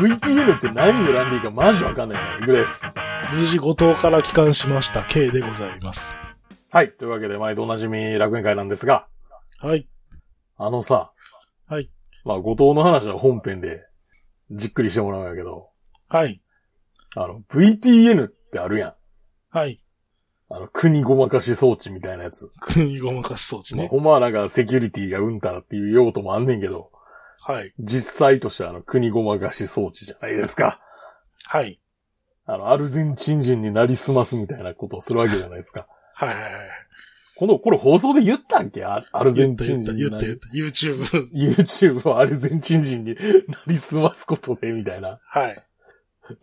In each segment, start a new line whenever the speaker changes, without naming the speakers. VPN って何を選んでいいかマジわかんないね。グレース。
無事後藤から帰還しました K でございます。
はい。というわけで、毎度おなじみ楽園会なんですが、
はい。
あのさ。
はい。
まあ、後藤の話は本編で、じっくりしてもらうんやけど、
はい。
あの、VPN ってあるやん。
はい。
あの、国ごまかし装置みたいなやつ。
国ごまかし装置
まあ、
ね。
ほんまはなんかセキュリティがうんたらっていう用途もあんねんけど、
はい。
実際としてはあの、国ごまかし装置じゃないですか。
はい。
あの、アルゼンチン人になりすますみたいなことをするわけじゃないですか。
はいはいはい。
今度、これ放送で言ったっけアアルゼ
言っ
ン
た
チ
言
ン
った
人
言っ
にな
た言
り
っ。た。YouTube。
YouTube をアルゼンチン人になりすますことで、みたいな。
はい。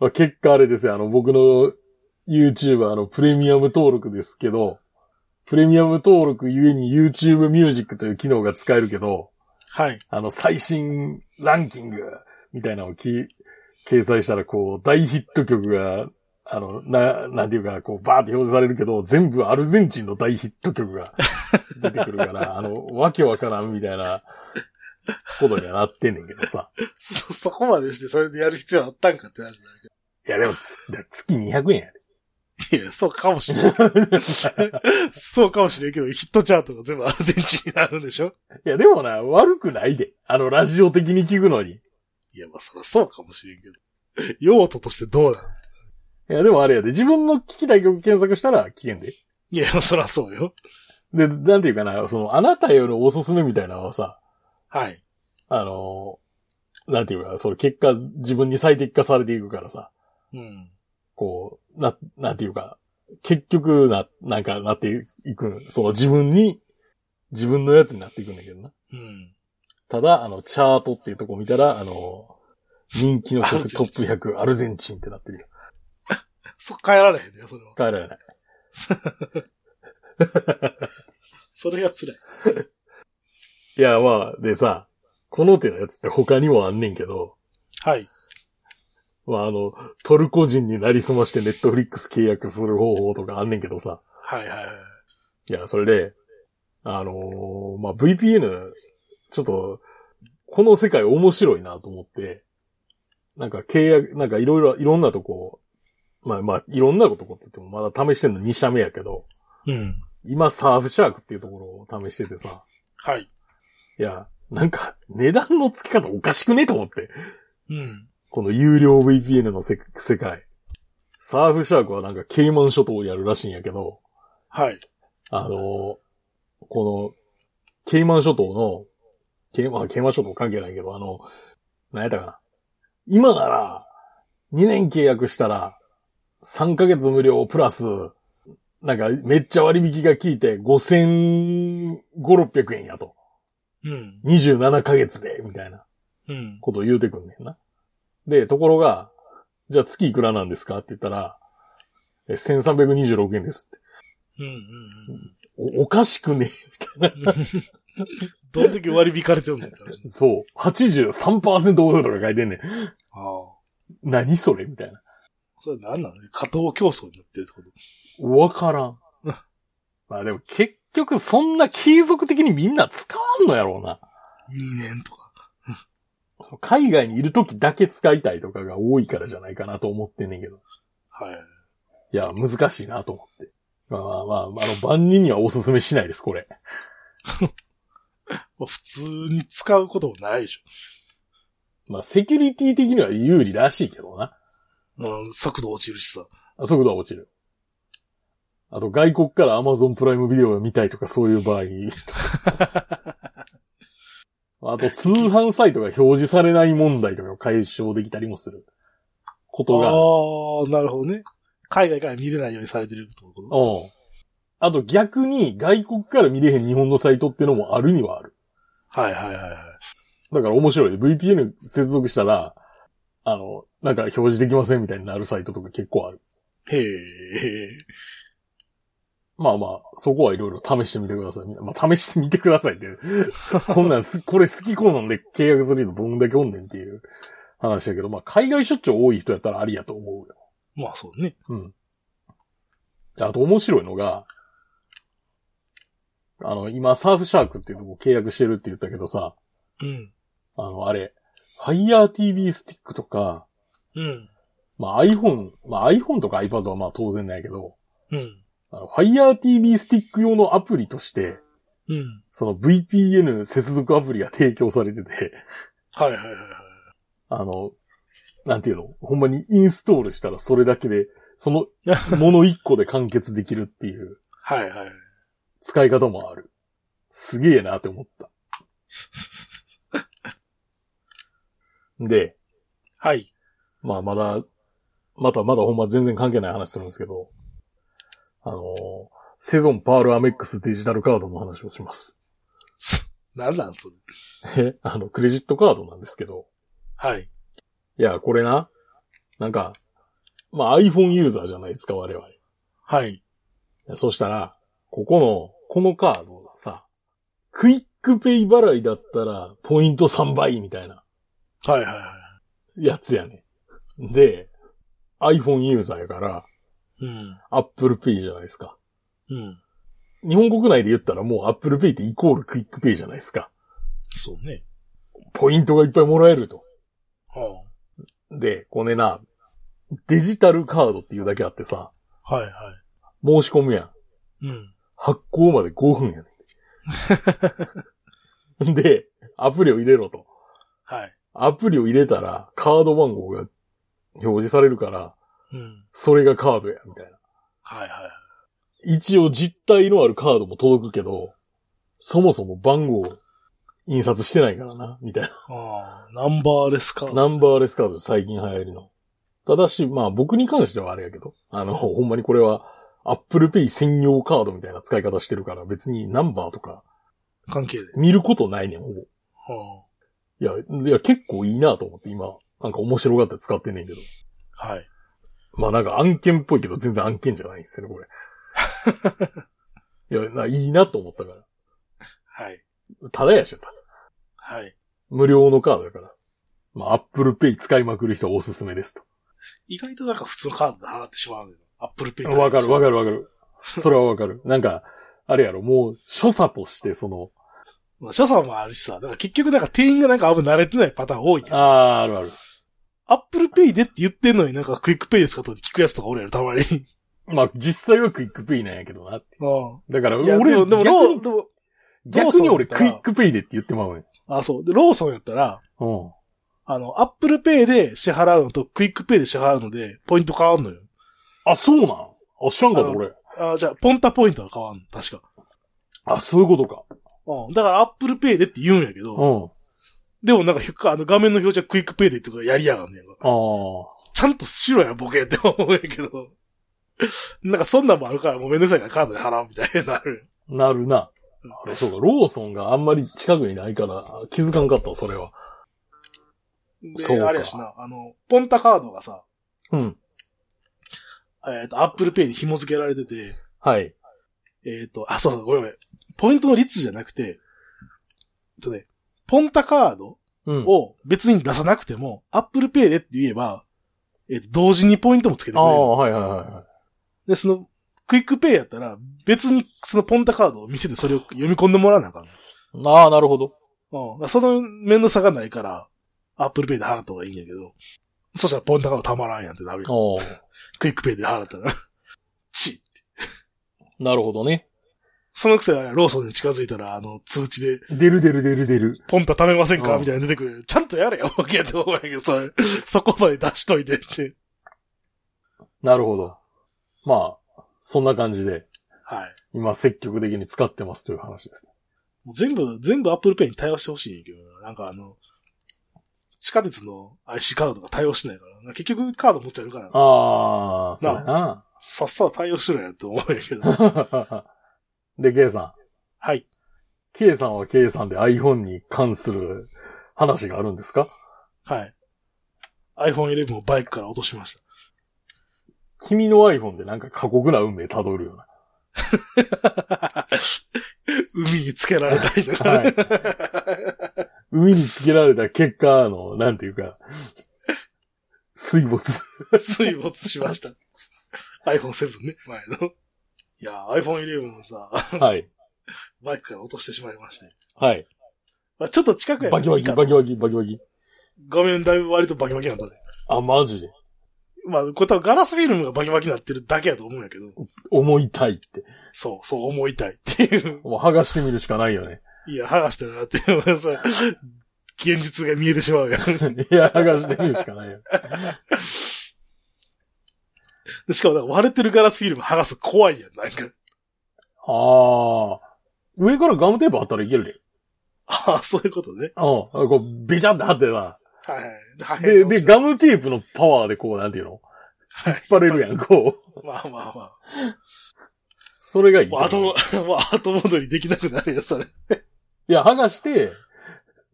まあ、結果あれですよ、あの、僕の YouTuber のプレミアム登録ですけど、プレミアム登録ゆえに YouTube ミュージックという機能が使えるけど、
はい。
あの、最新ランキングみたいなのをき掲載したら、こう、大ヒット曲が、あの、な、なんていうか、こう、バーって表示されるけど、全部アルゼンチンの大ヒット曲が 出てくるから、あの、わけわからんみたいなことにはなってんねんけどさ。
そ、そこまでしてそれでやる必要あったんかって話になる
いや、でもつ、月200円や
けど。いや、そうかもし れん。
で。
そうかもしれんけど、ヒットチャートが全部アルゼンチンになるんでしょ
いや、でもな、悪くないで。あの、ラジオ的に聞くのに。い
いや、まあそらそうかもしれんけど。用途としてどうなの
や、でもあれやで。自分の聞きたい曲検索したら聞けんで。
いや、そらそうよ。
で、なんていうかな、その、あなたよりおすすめみたいなのはさ、
はい。
あの、なんていうか、その結果、自分に最適化されていくからさ、
うん。
こう、な、なんていうか、結局な、なんかなっていく、その自分に、自分のやつになっていくんだけどな。
うん。
ただ、あの、チャートっていうとこ見たら、あの、人気の
アルゼン
曲
チ
ト
ン
ップ100、アルゼンチンってなってるよ。
そ、変えられへんね、それは。
変えられない。
それが辛い。
いや、まあ、でさ、この手のやつって他にもあんねんけど、
はい。
まあ、あの、トルコ人になりすましてネットフリックス契約する方法とかあんねんけどさ。
はいはいはい。
いや、それで、あのーまあ、VPN、ちょっと、この世界面白いなと思って、なんか契約、なんかいろいろ、いろんなとこ、まあまあ、いろんなとこって言ってもまだ試してんの2社目やけど、
うん。
今サーフシャークっていうところを試しててさ、
はい。
いや、なんか値段の付き方おかしくねと思って。
うん。
この有料 VPN のせ世界。サーフシャークはなんかケイマン諸島にあるらしいんやけど、
はい。
あのーこの、ケイマン諸島の、ケイマン、ケイマン諸島関係ないけど、あの、何やったかな。今なら、2年契約したら、3ヶ月無料プラス、なんかめっちゃ割引が効いて5500、600円やと。
うん。
27ヶ月で、みたいな。
うん。
ことを言うてくんねんな。で、ところが、じゃあ月いくらなんですかって言ったら、え1326円ですって。
うん。うん。
お、おかしくね
どんだけ割り引かれてるのって話。
そう。83%オフとか書いてんねん。
ああ。
何それみたいな。
それなんなのね加藤競争になってるってこと。
わからん。まあでも結局そんな継続的にみんな使わんのやろうな。
2年とか。
海外にいる時だけ使いたいとかが多いからじゃないかなと思ってんねんけど。
はい。
いや、難しいなと思って。まあまあまあ、あの、万人にはおすすめしないです、これ。
まあ普通に使うこともないでし
まあ、セキュリティ的には有利らしいけどな。
ょ。うん、速度落ちるしさ。
速度は落ちる。あと、外国から Amazon プライムビデオが見たいとかそういう場合。あと、通販サイトが表示されない問題とかを解消できたりもする。ことが。
ああ、なるほどね。海外から見れないようにされてるってこと
うん。あと、逆に外国から見れへん日本のサイトってのもあるにはある。
はいはいはいはい。
だから面白い。VPN 接続したら、あの、なんか表示できませんみたいになるサイトとか結構ある。
へえ。
まあまあ、そこはいろいろ試してみてください。まあ、試してみてくださいって。 こんなんす、これ好き好んで契約する人どんだけおんねんっていう話だけど、まあ、海外出張多い人やったらありやと思うよ。
まあそうね。
うん。であと面白いのが、あの、今、サーフシャークっていうとこ契約してるって言ったけどさ、
うん。
あの、あれ、Fire TV スティックとか、
うん。
まあ iPhone、まあ iPhone とか iPad はまあ当然なんやけど、
うん。
あの Fire TV スティック用のアプリとして、
うん。
その VPN 接続アプリが提供されてて、
はいはいはいはい。
あの、なんていうのほんまにインストールしたらそれだけで、そのもの一個で完結できるっていう
はいはい。
使い方もある。すげえなって思った。で、
はい。
まあまだ、またまだほんま全然関係ない話するんですけど、あのーセゾンパールアメックスデジタルカードの話をします。
なんなんそれ。
え、あの、クレジットカードなんですけど、
はい。
いや、これな、なんか、まあ iPhone ユーザーじゃないですか、我々。
はい。
そしたら、ここの、このカードがさ、クイックペイ払いだったら、ポイント3倍みたいな
はいはいは
やつやねん。で、iPhone ユーザーやから、
い。うん。
Apple Pay じゃないですか。
うん。
日本国内で言ったらもう Apple Pay ってイコールクイックペイじゃないですか。
そうね。
ポイントがいっぱいもらえると。
は
で、これな、デジタルカードっていうだけあってさ、
あ。はいは
申し込むやん。
い。うん。
発行まで5分やねん。で、アプリを入れろと。
はい。
アプリを入れたら、カード番号が表示されるから、
うん。
それがカードや、みたいな。
はいはいはい。
一応実体のあるカードも届くけど、そもそも番号を印刷してないからな、みたいな。
ああ、ナンバーレスカード。
ナンバーレスカード最近流行りの。ただし、まあ僕に関してはあれやけど、あの、ほんまにこれは Apple Pay 専用カードみたいな使い方してるから、別にナンバーとか
関係で。
見ることないねん、ほぼ。
はい
や、いや結構いいなと思って今、なんか面白がって使ってんねんけど。
あ。はい。
まあなんか案件っぽいけど全然案件じゃないんですよね、こ れ。いや、ないいなと思ったか
はい。
ら。ただやしさ、
はい。
無料のカードだから。まあ Apple Pay 使いまくる人はおすすめです
意外となんか普通のカードで払ってしまうんだよ。アップルペイ
と。わかるわ
か
かるわ かる。それはわかる。なんか、あれやろ、もう、所作としてその、
る。まあ、所作もあるしさ、だから結局なんか店員がなんかあんま慣れてないパターン多いけど。
あー、あるある。
アップルペイでって言ってんのになんかクイックペイですかと聞くやつとか俺やる、たまに。
まあ実際はクイックペイなんやけどなって。
あ
だから
あ。い
俺、
や、でも、でも、
逆
ロー、
に
でも、ロー
逆
ソン
に俺
だっ
ク
た
イ
ら
ックペイでって言ってまうねん。
あ、そう。で、ローソンやったら、
うん。
あの、アップルペイで支払うのとクイックペイで支払うので、ポイント変わんのよ。
あ、そうなんあ、知らんかった俺。
あじゃあ、ポンタポイントは変わんの、確か。
あ、そういうことか。
うん。だから、アップルペイでって言うんやけど、
うん。
でもなんかひゅっか、あの、画面の表示はクイックペイでとかやりやがんねんか。
ああ。
ちゃんとしろや、ボケって思うんやけど。なんか、そんなんもあるから、もうめんどくさいからカードで払うみたいになる。
なるな
うん。
あれそうか、ローソンがあんまり近くにないから気づかんかったわ、それは。
で、
そうか
あれやしな、あの、ポンタカードがさ、
うん。
えっ、と、アップルペイに紐付けられてて、
はい。
えっ、と、あ、そうそう、ごめんごめん。ポイントの率じゃなくて、えっとね、ポンタカード
うん。
を別に出さなくても、Apple Pay でって言えば、えっと、同時にポイントもつけてく
あ
れる。
あ、はいはいはいはい。
で、その、クイックペイやったら、別にそのポンタカードを見せてそれを読み込んでもらわなあかん。
ああ、なるほど。
うん。その面の差がないから、Apple Pay で払った方がいいんやけど、そしたらポンタカードたまらんやんってなるやん。
ああ、
クイックペイで払ったら。 ち
なるほどね。
そのくせあれ、ローソンに近づいたら、あの、通知で、
出る出る出る出る。
ポンタ貯めませんか
うん
みたいなの出てくる。ちゃんとやれよ、わけやと思うんやけど、それ、そこまで出しといてって。
なるほど。まあ、そんな感じで、
はい。
今積極的に使ってますという話です。
もう全部、全部 Apple Pay に対応してほしいんやけどな。なんかあの、地下鉄の IC カードとか対応してないから、なんか結局カード持っちゃうから、
ああ、そう やな。
さっさと対応しろやって思うんや けど。
で、K さん。
はい。
K さんは K さんで iPhone に関する話があるんですか
はい。iPhone11 をバイクから落としまし
君の iPhone でなんか過酷な運命辿るよな。
た。 海につけられたりとか、
はい。 海につけられた結果、あの、なんていうか、水 没。
水没しました。iPhone7 ね、前の。いやー、iPhone11 もさ、
はい。
バイクから落としてしまいまして。
はい。
まあ、ちょっと近くや
バキバキ、バキ
キ。
バキ、バキバキ。
画面だいぶ割とバキバキなんだね。
あ、マジで。
まあ、これ多分ガラスフィルムがバキバキになってるだけやと思うんやけど、
思いたいって。
そう、そう思いたいっていう。
もう剥がしてみるしかない よね。
いや、剥がしたなって、それ現実が見えてしまうやん。
いや、剥がしてみるしかないよ。
でしかもなんか割れてるガラスフィルム剥がす怖いやん、なんか。
ああ。上からガムテープあったらいけるで。
ああ、そういうことね。
うん。こう、べちゃって貼ってさ。
はいはい。
で、で、
が
ガムテープのパワーでこう、なんていうの
はい
引っ張れるやん、こう。
まあまあま
それがいい
あ。
と
もう
思う。
後、 もう後戻りできなくなるやん、それ。
いや、剥がして、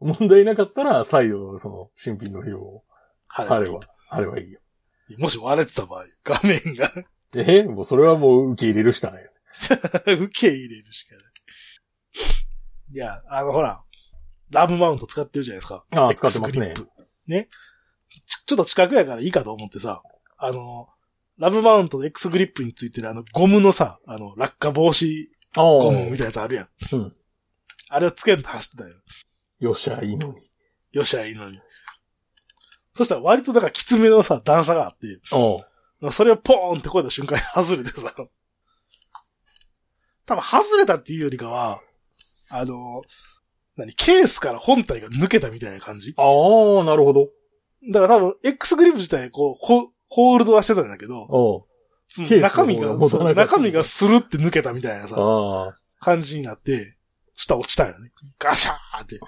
問題なかったら、再度、その、新品のフィルムを
は
貼れば、貼ればいいよ。
もし割れてた場合、画面が
えもうそれはもう受け入れるしかないよ。
受け入れるしかない。いや、あのほら、ラブマウント使ってるじゃないですか。
ああ、使ってますね
X。グリップ。ね。ちちょっと近くやからいいかと思ってさ、あの、ラブマウントの X グリップについてるあのゴムのさ、あの、落下防止
ああ、
ゴムみたいなやつあるやん。
うん
あれをつけんと走ってたよ。
よっしゃ、いいのに。
よっしゃ、いいのに。そしたら割とだからきつめのさ、段差があって、
お
それをポーンって超えた瞬間に外れてさ、多分外れたっていうよりかは、あの、何、ケースから本体が抜けたみたいな感じ
ああ、なるほど。
だから多分 X グリップ自体こう、ホホールドはしてたんだけど、
おう
その
ケースの
中身
方が
が、
持た
そ
な
う
かった
中身がスルって抜けたみたいなさ、
ああ。
感じになって、下落ちたよね。ガシャーって。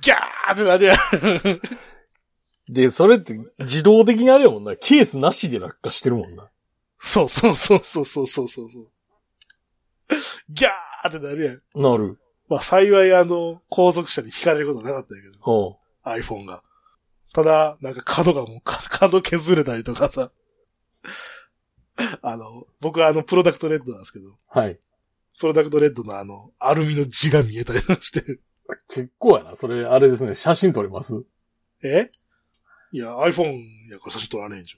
ギャーってなるやん。
で、それって自動的にあれやもんな。ケースなしで落下してるもんな。
そうそうそうそうそうそうそうそう。ギャーってなるやん。
なる。
まあ幸いあの、後続車に引かれることはなかったんやけど、
おう
iPhone が。ただ、なんか角がもう、 か角削れたりとかさ。あの、僕はあの、プロダクトレッドなんですけど、
はい。
プロダクトレッドのあの、アルミの字が見えたりとかしてる。
結構やな。それ、あれですね。写真撮れます
えいや、iPhone やから写真撮られへんじ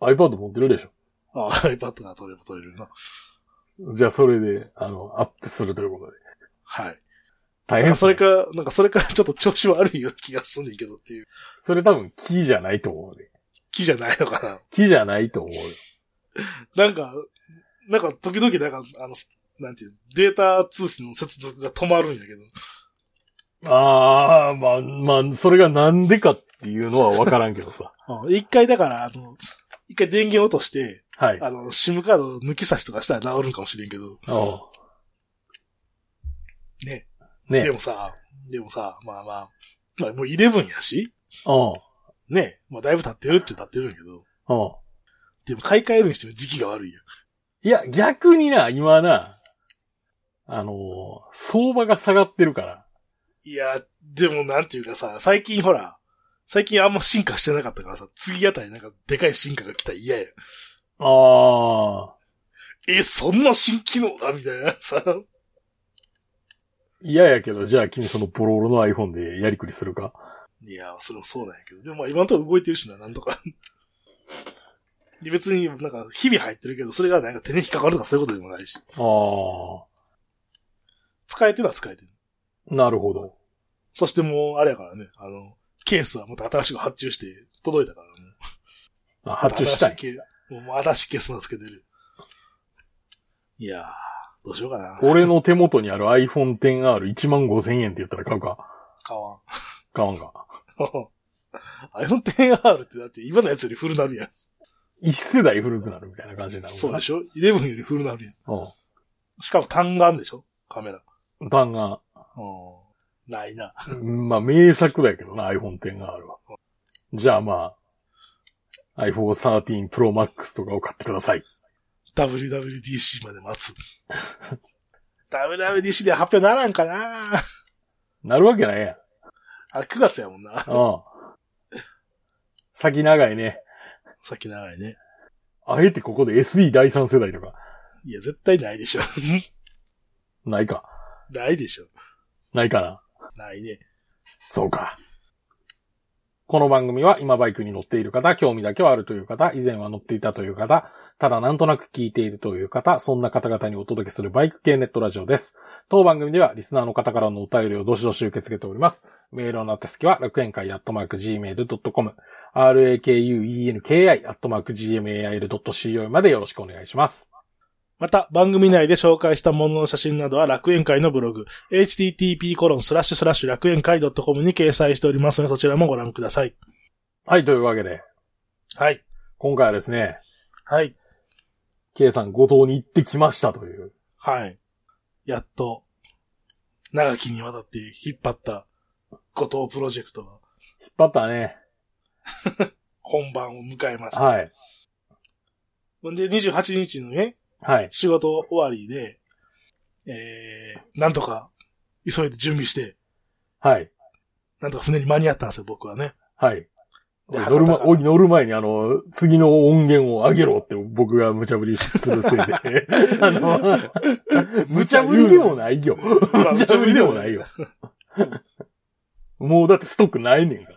?iPad 持ってるでし
ゃん。あ、iPad が撮れば撮れるな。
ょ。じゃあ、それで、あの、アップするということで。
はい。
大
なん
変っ
か
す
そ
ね
れから、なんかそれからちょっと調子悪いような気がすんねんけどっていう。
それ多分、木じゃないと思うね。
気じゃないのかな。
木じゃないと思うよ。
なんか、なんか時々なんか、あの、なんていう、データ通信の接続が止まるんやけど。
ああ、まあ、まあ、それがなんでかっていうのはわからんけ どさ。
一回だから、あの、一回電源落として、
はい。
あの、SIM カード抜き差しとかしたら治るんかもしれんけど。
おう
ね。
ね
で。もさ、でもさ、まあまあ、まあもう11やし、
おう
ね、まあだいぶ経ってるって経ってるんやけど、
おう
でも買い替えるにしても時期が悪いやん。
いや、逆にな、今な、あのー相場が下がってるから。
いや、でもなんていうかさ、最近ほら、最近あんま進化してなかったからさ、次あたりなんかでかい進化が来たら嫌やん。
ああ。
え、そんな新機能だみたいなさ。
嫌やけど、じゃあ君そのボロボロの iPhone でやりくりするか。
いや、それもそうなんやけど。でもまあ今のところ動いてるしな、なんとか。で別になんか日々入ってるけど、それがなんか手に引っかかるとかそういうことでもないし。
ああ。
使えてるのは使えてる。
なるほど。
そしてもう、あれやからね、あの、ケースはまた新しく発注して届いたからね。
あ発注したい。
新しいケースもう新しいケースまでつけてる。いやー、どうしようかな。
俺の手元にある iPhone XR1 万5千円って言ったら買うか。
買わん。
買わんか。
iPhone XR ってだって今のやつより古なるやん。
一世代古くなるみたいな感じになる
そうで
し
しょ ?11 より古なるやん。
ょ。
しかも単眼でしょカメラ。
うん。弾が、
うん。ないな。
うんまあ名作だけどな、iPhone XR は。じゃあまあ、iPhone 13 Pro Max とかを買ってください。
WWDC まで待 つ。WWDC で発表ならんかな
なるわけないやん。
あれ9月やもんな。
うん。先長いね。
さっき長いね。
あえてここで SE 第3世代とか。
いや、絶対ないでしょ。
ないか。
ないでしょ。
ないかな。
ないね。
そうか。この番組は今バイクに乗っている方、興味だけはあるという方、以前は乗っていたという方、ただなんとなく聞いているという方、そんな方々にお届けするバイク系ネットラジオです。当番組ではリスナーの方からのお便りをどしどし受け付けております。メールの宛先は楽園会アットマーク Gmail.com、rakuenki アットマーク Gmail.co までよろしくお願いします。
また、番組内で紹介したものの写真などは楽園会のブログ、http:// 楽園会 .com に掲載しておりますので、そちらもご覧ください。
はい、というわけで、
はい。
今回はですね、
はい。
K さん五島に行ってきましたという。
はい。やっと、長きにわたって引っ張った、後藤プロジェクトが
引っ張ったね。
本番を迎えました。
はい。
ほんで、28日のね、
はい。
仕事終わりで、えー、なんとか、急いで準備して、
はい。
なんとか船に間に合ったんですよ、僕はね。
はい。
で
乗る、ま、
旗
お
が
い乗る前にあの、次の音源を上げろって僕が無茶ぶりするせいで。 あの、無茶ぶりでもないよ。
まあ
無茶ぶりでもないよ。もうだってストックないねんから。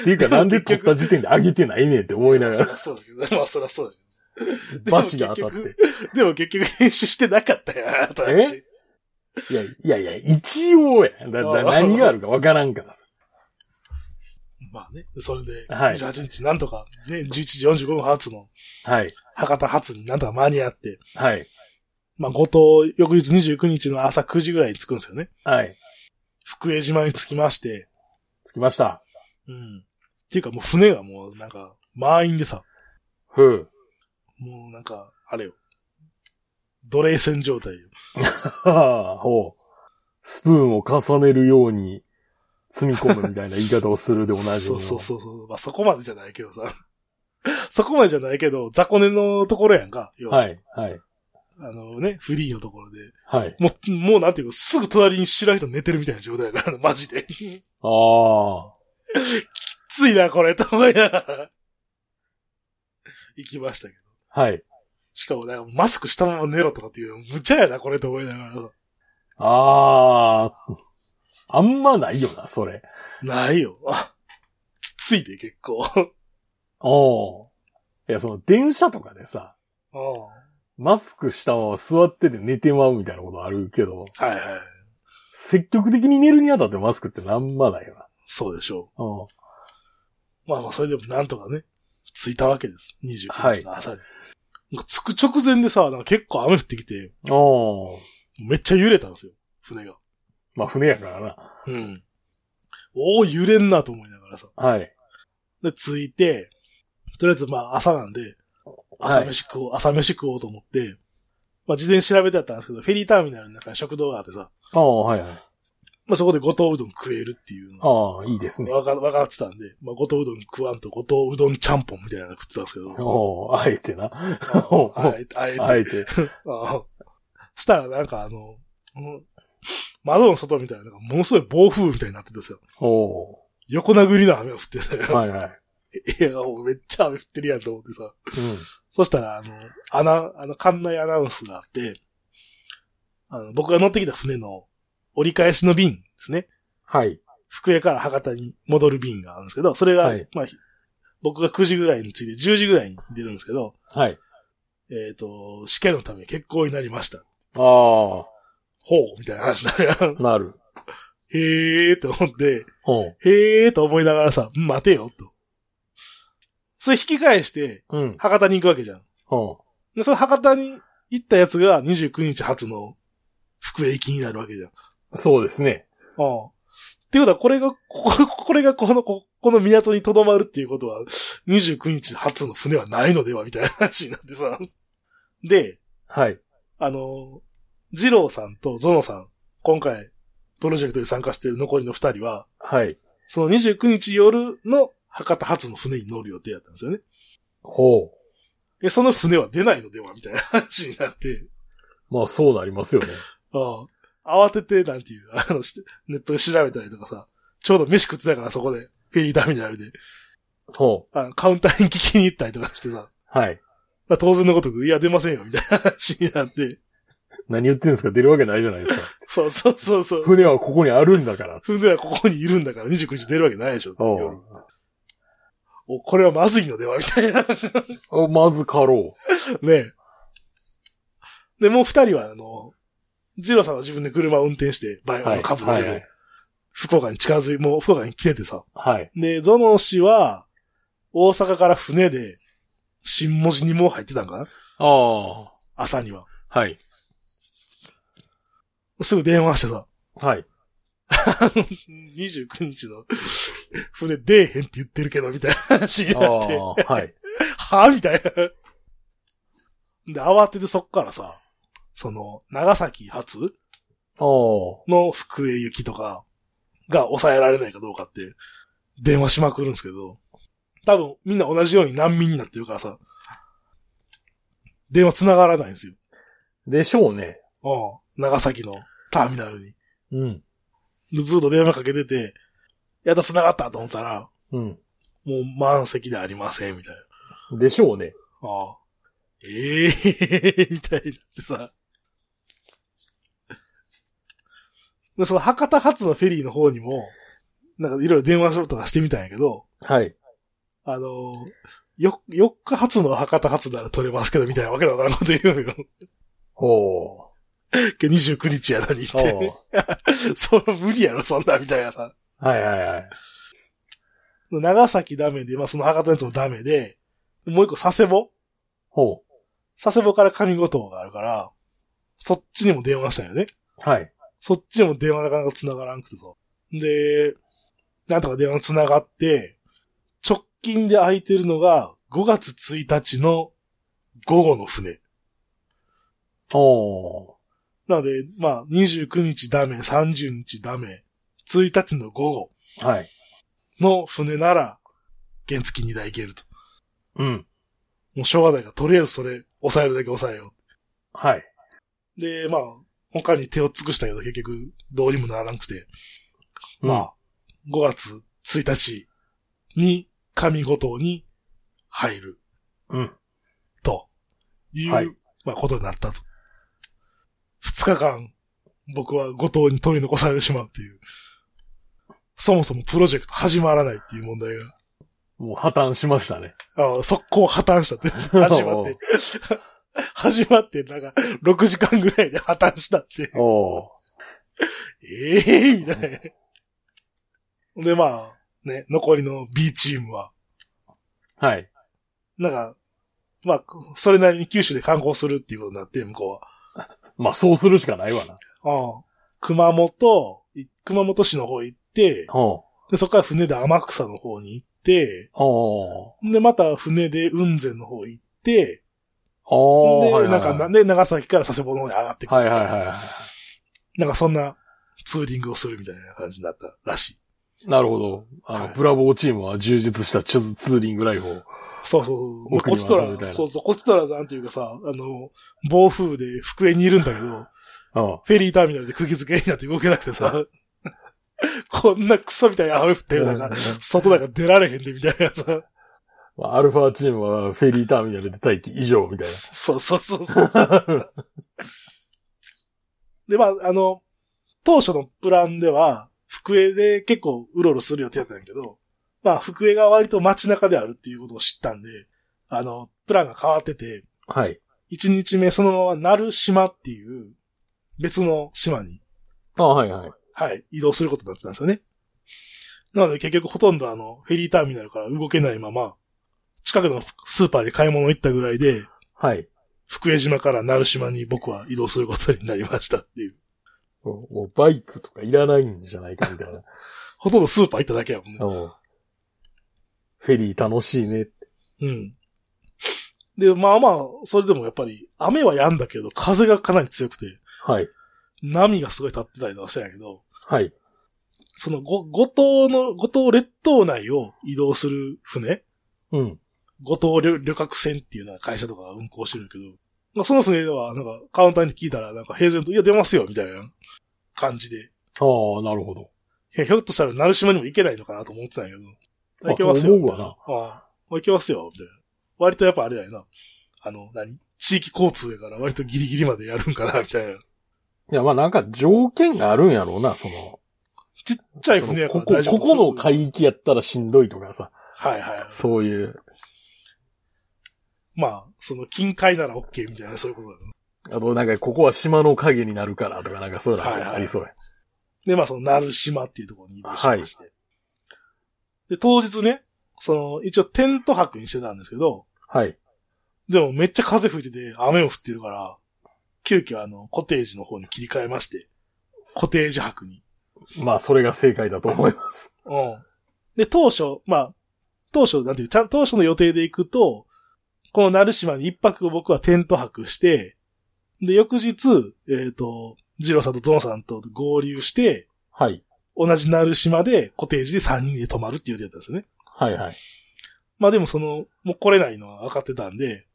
っていうか、
でも
なんで取った時点で上げてないねんって 思いな
そ
が
りゃそうだけど、まあそりゃそうだけ
ら、バチが当たって。
ど。でも結局編集してなかったよ、とか言って
いや、いやいや、一応や。だだ何があるかわからんから。
まあね、それで、
はい
28日なんとか、ね、11時45分発の
はい。
博多発になんとか間に合って、
はい。
まあ後藤、翌日29日の朝9時ぐらいに着くんですよね。
はい。
福江島に着きまして、
着きました。
うん。っていうかもう船がもうなんか、満員でさ、
ふう。
もうなんか、あれよ。奴隷戦状態よ。
はあ、ほう。スプーンを重ねるように積み込むみたいな言い方をするで同じみ の。
そうそうそうそう。まあそこまでじゃないけどさ。 そこまでじゃないけど、雑魚寝のところやんか。要は
はい、はい、
あのね、フリーのところで。
はい。
もう、もうなんていうか、すぐ隣に知らん人寝てるみたいな 状態やから、マジで。き
あ
ついな、これ、と思いながら。行きましたけど。
あ、はい。
しかも、なんかマスクしたまま寝ろとかっていう、無茶やな、これ、と思いながら。
ああ、あんまないよな、それ。
ないよ。あきついで、結構。
おお。いや、その電車とかでさ、
うん。は
マスクしたまま座ってて寝てまうみたいなことあるけど、
いはい。
積極的に寝るにあたってマスクってなんまないよな。
そうでしょう。
うん。
まあまあ、それでもなんとかね、着いたわけです。29日の朝に。なんか着く直前でさ、なんか結構雨降ってきて、
おお。
めっちゃ揺れたんですよ、船が。
まあ、船やからな。
うん。おお、揺れんなと思いながらさ。
はい。
で、着いて、とりあえずまあ朝なんで、朝飯食おう、朝飯食おうと思って、まあ事前に調べてあったんですけど、フェリーターミナルの中に食堂があってさ、
ああ、はいはい。
まあそこで五島うどん食えるっていうの
ああ、いいですね。
わか、わかってたんで、まあ五島うどん食わんと五島うどんちゃんぽんみたいなの食ってたんですけど、
おお、あえてな。お
あ
ー
えて、あえて、
あえて。
あしたらなんかあの、うん窓の外みたいな、なんかものすごい暴風雨みたいになってたんですよ。
おお
横殴りの雨が降ってた
ー。
よ。
はいはい。
いや、もうめっちゃ雨降ってるやんと思ってさ。
うん。
そしたら、あの、アナ、あの、館内アナウンスがあって、あの、僕が乗ってきた船の折り返しの便ですね。
はい。
福江から博多に戻る便があるんですけど、それが、
はい
まあ、ひ僕が9時ぐらいに着いて10時ぐらいに出るんですけど、
はい。
えっ、と、試験のため結婚になりました。
あ
ほうみたいな話になるやん。
あ、なる。
へーって思って、
おう。
へーと思いながらさ、うん待てよ、と。それ引き返して、
うん。
博多に行くわけじゃん。
おう。
で、その博多に行ったやつが29日発の福江行きになるわけじゃん。
そうですね。
うん。っていうことは、これが、ここ、これがこの、ここの港に留まるっていうことは、29日発の船はないのではみたいな話になってさ。で、
はい。
あの、二郎さんとゾノさん、今回、プロジェクトに参加している残りの二人は、
はい。
その29日夜の博多発の船に乗る予定だったんですよね。
ほ
で、その船は出ないのではみたいな話になって、
う。まあ、そうなりますよね。
ああ慌てて、なんていう、あの、してネットで調べたりとかさ、ちょうど飯食ってたからそこで、フェリーターミナルで、
ほ
あのカウンターに聞きに行ったりとかしてさ、
う。はい。
まあ当然のごとく、いや、出ませんよ、みたいな話になって、
何言ってんですか出るわけないじゃな いですか。
そうそうそうそう。
船はここにあるんだから。
船はここにいるんだから29日出るわけないでしょって
お
いう。お、これはまずいのではみたいな。
うまずかろう。
ねえ。で、もう二人は、あの、ジローさんは自分で車を運転して、バイオのカブル
は
で、
いはい。
福岡に近づい、もう福岡に来ててさ。
はい。
で、ゾノ氏は、大阪から船で、新文字にもう入ってたんかな
ああ。
朝には。
はい。
すぐ電話してさ、
はい。
29日の船出えへんって言ってるけど、みたいな話に
あ
なって、
あ。はい。
はぁみたいな。で、慌ててそっからさ、その、長崎発
ああ。
の福江行きとかが抑えられないかどうかって、電話しまくるんですけど、多分みんな同じように難民になってるからさ、電話繋がらないんですよ。
でしょうね。
うん。長崎のターミナルに。
うん。
でずっと電話かけてて、やった繋がったと思ったら、
うん。
もう満席でありません、みたいな。
でしょうね。
ああ。ええー、 みたいになってさ。で、その博多発のフェリーの方にも、なんかいろいろ電話しようとかしてみたんやけど、
はい。
あのー、よ、4日発の博多発なら取れますけど、みたいなわけのわからんこと言うよ。
ほう。
今日29日やのにっ
お
て。 それ無理やろ、そんな、みたいなさ。
うはいはいはい。
長崎ダメで、まあその博多のやつもダメで、もう一個佐世保
ほ
佐世保から上五島があるから、そっちにも電話したんよね。
う。はい。
そっちも電話なかなか繋がらんくてさ。で、なんとか電話繋がって、直近で空いてるのが5月1日の午後の船。
おう。
なので、まあ、29日ダメ、30日ダメ、1日の午後
はい。
の船なら、原付2台行けると。
うん。
もうしょうがないから、とりあえずそれ、抑えるだけ抑えよ
はい。
う。で、まあ、他に手を尽くしたけど、結局、どうにもならなくて。まあ、5月1日に上五島に入る
うん。
という、
はい
まあ、ことになったと。2日間、僕は五島に取り残されてしまうっていう。そもそもプロジェクト始まらないっていう問題が、
もう破綻しましたね。
ああ速攻破綻した って、始まって、 始まって、なんか、6時間ぐらいで破綻したって、
おう。
ええみたいな。で、まあ、ね、残りの B チームは、
はい。
なんか、まあ、それなりに九州で観光するっていうことになって、向こ
まあ、そうするしかないわな。
うは。うん。熊本、い熊本市の方行って、
おう。
で、そこから船で天草の方に行って、
おう。
で、また船で雲仙の方行って、
お
で、
う。はい
なん
はい
か、
は
ないんで、長崎から佐世保の方に上がってくる。
はいはいは
なんか、そんなツーリングをするみたいな感じになったらしい。
い。なるほど。あの、
はい
ブラボーチームは充実したツーツーリングライフを。
そうそう。で
送
こっ
り
ち
ます
と
みたい
ら、
な
そうそう、こっちとら、なんていうかさ、あの、暴風で福江にいるんだけど、
うん。
フェリーターミナルで釘付けになって動けなくてさ、 こんなクソみたいな雨降ってる中、外なんか出られへんでみたいなさ、
まあアルファチームはフェリーターミナルで待機以上みたい
そうそうそうそう。
な。
で、まあ、あの、当初のプランでは、福江で結構うろうろする予定だったんやけど、まあ、福江が割と街中であるっていうことを知ったんで、あの、プランが変わってて、
はい。
1日目そのまま鳴島っていう、別の島に
あはいはい。
はい、移動することになってたんですよね。なので結局ほとんどあの、フェリーターミナルから動けないまま、近くのスーパーで買い物行ったぐらいで、
はい。
福江島から鳴島に僕は移動することになりましたっていう。
もうもうバイクとかいらないんじゃないかみた いな。
ほとんどスーパー行っただけやもんね。
うんフェリー楽しいね。
うん。で、まあまあ、それでもやっぱり、雨は止んだけど、風がかなり強くて、
はい。
波がすごい立ってたりとかしてんやけど、
はい。
そのご、五島の、五島列島内を移動する船
うん。
五島旅旅客船っていうのは会社とかが運航してるんだけど、まあ、その船では、なんか、カウンターに聞いたら、なんか平然と、いや、出ますよ、みたいな感じで。い
ああ、なるほど。
やひょっとしたら、鳴島にも行けないのかなと思ってたんやけど。
あ
行けますよ。
そう思うわな
みたいな。ああ。行けますよ、みたいな。割とやっぱあれだよな。あの、何地域交通やから割とギリギリまでやるんかな、みたいな。
いや、まあなんか条件があるんやろうな、その。
ちっちゃい
そ
船
の
やか
こ
ら
こ、
大丈夫
ここの海域やったらしんどいとかさ、
はいはい。
そういう。
まあ、その近海なら OK みたいな、そういうことだよね。
あとなんか、ここは島の影になるからとか、なんかそういうのありそうや。
で、まあその、鳴島っていうところに移動しまして。で、当日ね、その、一応テント泊にしてたんですけど、
はい。
でもめっちゃ風吹いてて、雨も降ってるから、急遽あの、コテージの方に切り替えまして、コテージ泊に。
まあ、それが正解だと思い ます。
うん。で、当初、まあ、当初、なんていう、ちゃん当初の予定で行くと、この鳴島に一泊を僕はテント泊して、で、翌日、えっ、と、ジローさんとゾンさんと合流して、
はい。
同じ鳴島でコテージで3人で泊まるっていう予定だったんですね。
はいはい。
まあでもその、もう来れないのは分かってたんで、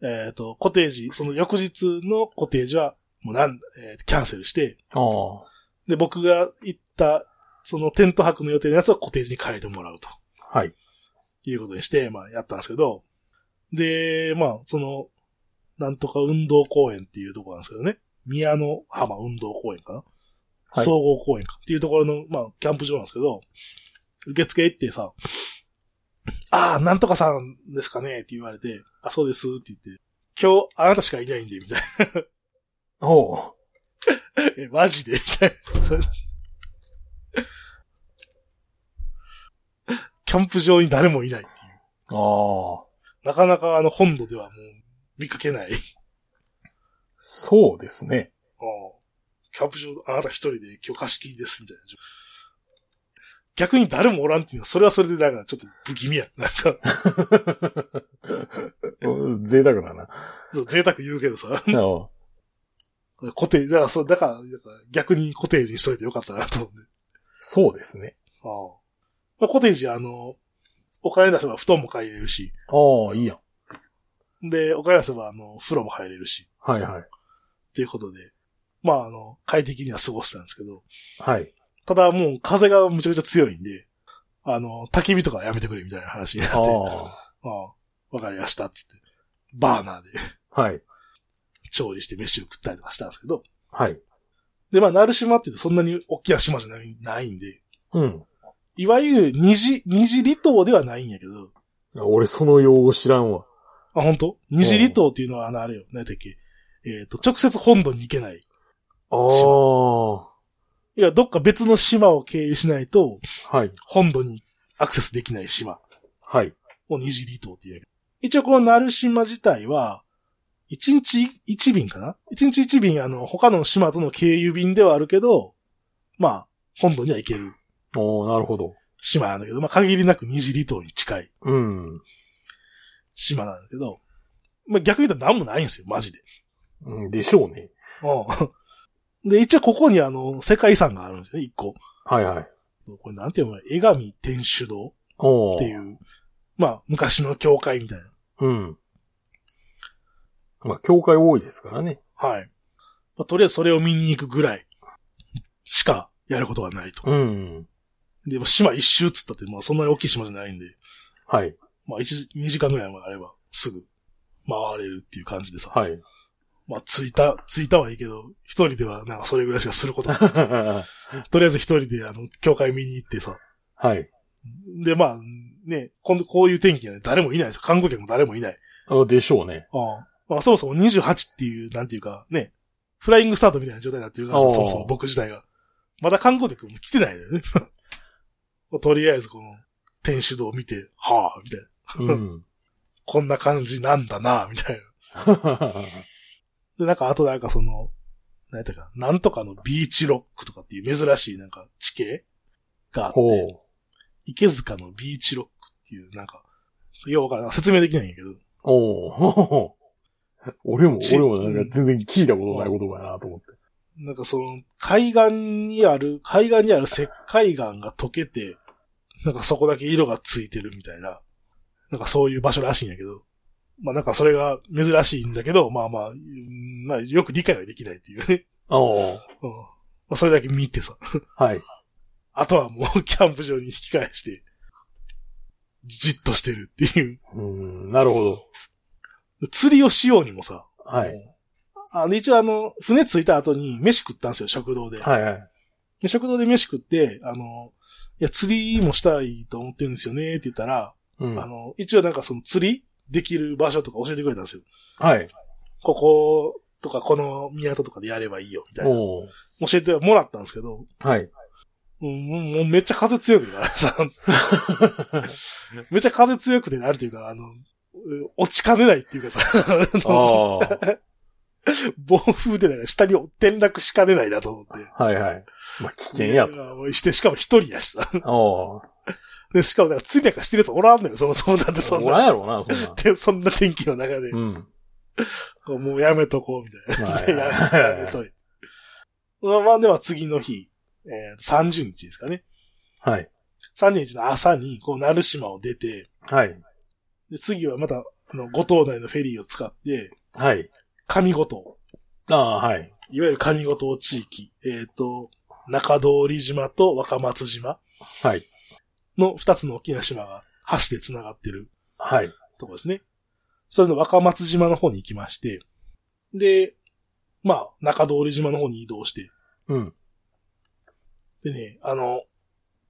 えっ、と、コテージ、その翌日のコテージは、もうなん、えーキャンセルして、
ああ。
で、僕が行った、そのテント泊の予定のやつはコテージに変えてもらうと
はい。
いうことにして、まあやったんですけど、で、まあ、その、なんとか運動公園っていうところなんですけどね、宮の浜運動公園かな、
はい
総合公園かっていうところの、まあ、キャンプ場なんですけど、受付行ってさ、ああ、なんとかさんですかねって言われて、あ、そうですって言って、今日あなたしかいない んで、みたい
おう。
な。え、マジで みたいな。それキャンプ場に誰もいないっていう。
ああ。
なかなかあの本土ではもう見かけない。
そうですね。
ああキャンプ場、あなた一人で今日貸し切りです、みたいな。逆に誰もおらんっていうのは、それはそれでなんかちょっと不気味や。なん か、
うん 贅沢だな。
そう贅沢言うけどさ、
おう
コテージ、だからそう、だから、だから逆にコテージにしといてよかったなと思うんで。
そうですね。
ああまあ、コテージはあの、お金出せば布団も借りれるし、
ああ、いいやん。
で、お金出せばあの、風呂も入れるし、
はいはい。
っていうことで、まああの、快適には過ごしてたんですけど、
はい。
ただもう風がむちゃくちゃ強いんで、あの、焚き火とかはやめてくれみたいな話になって、
あ
ああ、わかりました、っつって。バーナーで
あ。はい。
調理して飯を食ったりとかしたんですけど。
はい。
で、まあ、鳴島って言うとそんなに大きな島じゃないないんで、
うん。
いわゆる二次、二次離島ではないんやけど、
俺その用語知らんわ。
あ、本当二次離島っていうのは、あの、あれよ、何だっけ、えっ、と、直接本土に行けない。
ああ。はい
や、どっか別の島を経由しないと、
い。
本土にアクセスできない島
はい。
を二次離島っていうんやけど。一応この鳴島自体は、一日一便かな一日一便、あの、他の島との経由便ではあるけど、まあ、本土には行ける
おおなるほど。
島なんだけど、まあ、限りなく二次離島に近い
うん。
島なんだけど、まあ、逆に言ったら何もないんですよ、マジで。
うんでしょうね。
うん。で、一応ここにあの、世界遺産があるんですよね、一個。
はいはい。
これなんていうの江上天主堂
おお
っていう、まあ、昔の教会みたいな。
うん。まあ、教会多いですからね。
はい。まあ、とりあえずそれを見に行くぐらいしかやることがないと。
うん。
で、まあ島一周っつったって、まあそんなに大きい島じゃないんで、
はい。
まあ一時、2時間ぐらいもあればすぐ回れるっていう感じでさ。
はい。
まあ着いた、着いたはいいけど、一人ではなんかそれぐらいしかすることが
は
とりあえず一人であの、教会見に行ってさ。
い。
で、まあね、今度こういう天気はね、誰もいないんですよ。観光客も誰もいない。
あでしょうね。
ああまあそもそも28っていう、なんていうかね、フライングスタートみたいな状態になってるから
お
さ、
ー
そもそも僕自体が。まだ観光客も来てないのよね。 まあとりあえずこの、天主堂を見て、はあ、みたいな。
うん。
こんな感じなんだな、みたいな。
は
で、なんか、あとなんかその、なんていうか、なんとかのビーチロックとかっていう珍しいなんか地形があっ
ほう
て、。池塚のビーチロックっていうなんか、ようわからない。説明できないんやけど、
おお 俺も、
ち
俺もなんか全然聞いたことない言葉やなと思って。
なんかその、海岸にある、海岸にある石灰岩が溶けて、なんかそこだけ色がついてるみたいな、なんかそういう場所らしいんやけど、まあなんかそれが珍しいんだけど、まあまあ、うんまあよく理解はできないっていうね。
おお
うんまあそれだけ見てさ、
はい。
あとはもうキャンプ場に引き返して、じっとしてるっていう。
うん、なるほど。
釣りをしようにもさ、
はい。
あで、一応あの、船着いた後に飯食ったんですよ、食堂で。
はいはい。
で食堂で飯食って、あの、いや、釣りもしたいと思ってるんですよね、って言ったら、
うん。
あ
は
の、一応なんかその釣りできる場所とか教えてくれたんですよ。
い。
こことかこの港とかでやればいいよ、みたいな。
おー
教えてもらったんですけど、
はい。
うんもうもうめっちゃ風強いからさ、めっちゃ風強くて、なんていうか、あの、う落ちかねないっていうかさ、あ
あ
の
あ。 は
暴風でなんか下に転落しかねないなと思って。
いはい。まあ、危険やと。
と。して、しかも一人やしさ。
おあ。
で、しかもなんか釣りなんかしてるやつおらんのよ、そもそもだってそん
お
な。
らんやろうな、そんな。
で、そんな天気の中で、
うん。
もうやめとこう、みたいな。
ま
いややめ
あ
といてまあまあ、では次の日、えー、30日ですかね。
はい。
30日の朝に、こう、鳴島を出て、
はい。
で、次はまた、あの、五島内のフェリーを使って、
はい。
上五島、
ああ、はい。
いわゆる上五島地域、えっ、と、中通島と若松島
はい。
の二つの大きな島が橋で繋がってる
はい。
とこですね。それの若松島の方に行きまして、で、まあ、中通島の方に移動して、
うん。
でね、あの、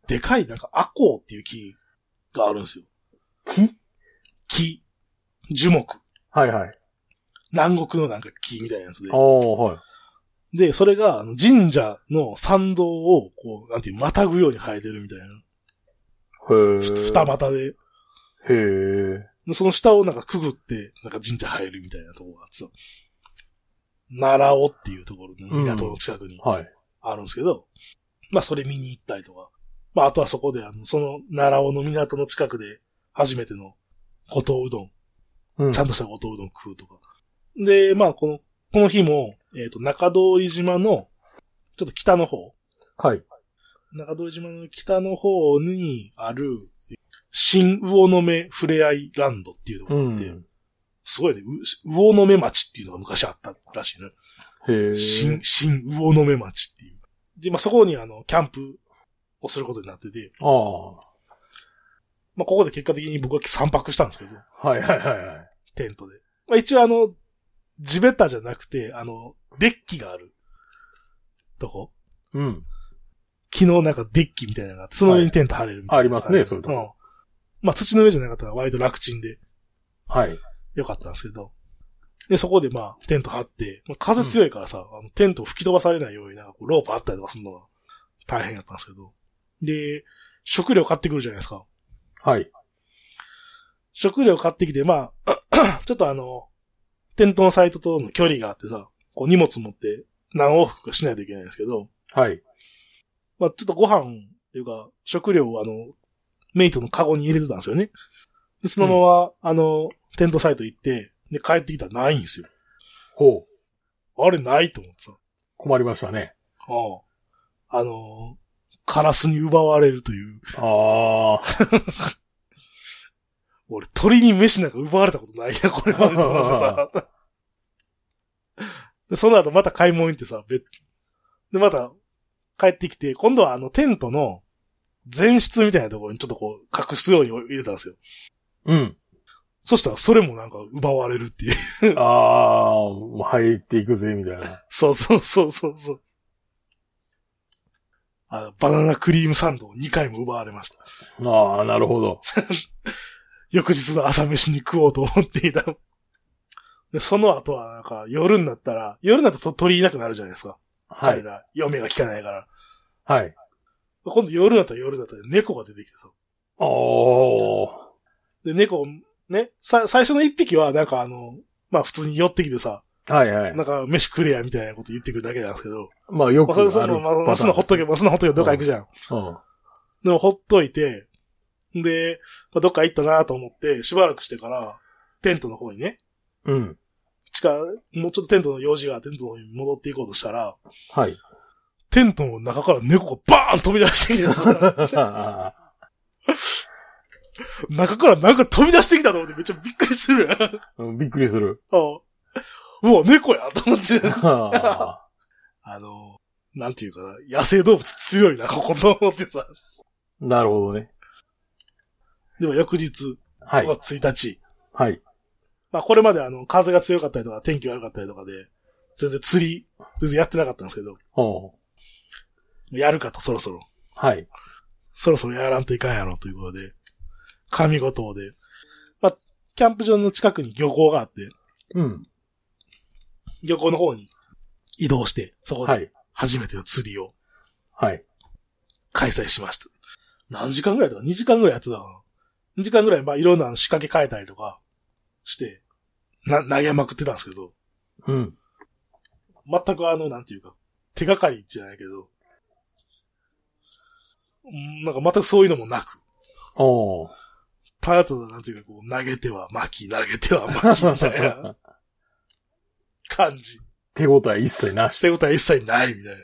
でかいなんかアコウっていう木があるんですよ。
木
木。樹木。
はいはい。
南国のなんか木みたいなやつで
あ。あ、はい。
で、それがあの神社の参道をこう、なんていう、またぐように生えてるみたいな。
へえ。
ふ二股で。
へえ。
でその下をなんかくぐって、なんか神社入るみたいなとこがあってさ。奈良尾っていうところの港の近くに
はい。
あるんですけど、まあそれ見に行ったりとか、まああとはそこで、あの、その奈良尾の港の近くで初めての五島うどん
うん
ちゃんとした五島うどん食うとか。で、まあ、この、この日も、えっ、と、中通島の、ちょっと北の方、
はい。
中通島の北の方にある、新魚の目ふれあいランドっていうとこ
う
ろがあって、
ん。
すごいね、う魚の目町っていうのが昔あったらしいね。
へえ。
新、新魚の目町っていう。で、まあ、そこにあの、キャンプをすることになってて、
ああ。
まあ、ここで結果的に僕は散泊したんですけど、
はいはいはいはい。
テントで。まあ、一応あの、地べたじゃなくて、あの、デッキがある。とこ
うん。
昨日なんかデッキみたいなのがあって、その上にテント張れるみたいな。
ありますね、そういうと
う
こ。
ん。まあ、土の上じゃなかったら割と楽ちんで
はい。
よかったんですけど。で、そこでまあ、テント張って、まあ、風強いからさ、あのテントを吹き飛ばされないようになんかこうロープあったりとかするのが大変だったんですけど。で、食料買ってくるじゃないですか。
はい。
食料買ってきて、まあ、 ちょっとあの、テントのサイトとの距離があってさ、こう荷物持って何往復かしないといけないんですけど、
はい。
まあちょっとご飯っていうか、食料をあの、メイトのカゴに入れてたんですよね。で、そのまま、あの、テントサイト行って、で、帰ってきたらないんですよ。
ほう。
あれないと思ってさ。
困りましたね。
ああ。あの、カラスに奪われるという。
あ
俺、鳥に飯なんか奪われたことないな、これまでと思ってさ。で、その後また買い物行ってさ、別、で、また帰ってきて、今度はあのテントの前室みたいなところにちょっとこう隠すように入れたんですよ。
あ。うん。
そしたらそれもなんか奪われるっていう。
ああ、もう入っていくぜ、みたいな。
そうそうそうそうそう。あの、バナナクリームサンドを2回も奪われました。
ああ、なるほど。
翌日の朝飯に食おうと思っていた。で、その後はなんか夜になったら、夜になったらと鳥いなくなるじゃないですか。
は
彼
い。
ら、嫁が聞かないから。
はい。
今度夜になったら夜になったら猫が出てきてさ。
おー。
で、猫、ね、さ、最初の一匹はなんかあの、まあ普通に寄ってきてさ、
はいはい。
なんか飯食れやみたいなこと言ってくるだけなんですけど、
まあよ
ま
く
あそれそ
あ
れ
る
も、まあまあそんなほっとけ、まあそんなほっとけばどっか行くじゃん。
うん。
でもほっといて、で、まあ、どっか行ったなと思って、しばらくしてから、テントの方にね、
うん。
地下、もうちょっとテントの用事があってテントの方に戻っていこうとしたら、
はい。
テントの中から猫がバーン飛び出してきて さ、
あ
中からなんか飛び出してきたと思ってめっちゃびっくりするやん。あ
ーびっくりする。
うわ、猫やと思って。
あ
あの、なんていうかな、野生動物強いな、ここと思ってさ。
ーなるほどね。
でも翌日、
はい
5。月1日、
はい。
まあこれまであの、風が強かったりとか、天気悪かったりとかで、全然釣り、全然やってなかったんですけど、
ほう
やるかとそろそろ、
はい。
そろそろやらんといかんやろということで、神五島で、まあ、キャンプ場の近くに漁港があって、
うん。
漁港の方に移動して、そこ
は
で
い。
初めての釣りを
はい。
開催しました。何時間ぐらいとか ?2 時間ぐらいやってたかな ?2 時間ぐらい、まあ、いろんな仕掛け変えたりとかして、な、投げまくってたんですけど、
うん。
全くあの、なんていうか、手がかりじゃないけど、うんなんか全くそういうのもなく、
おー。
ただただなんていうか、こう、投げては巻き、投げては巻き、 みたい な感じ。
手応え一切なし。
手応え一切ない、みたいな。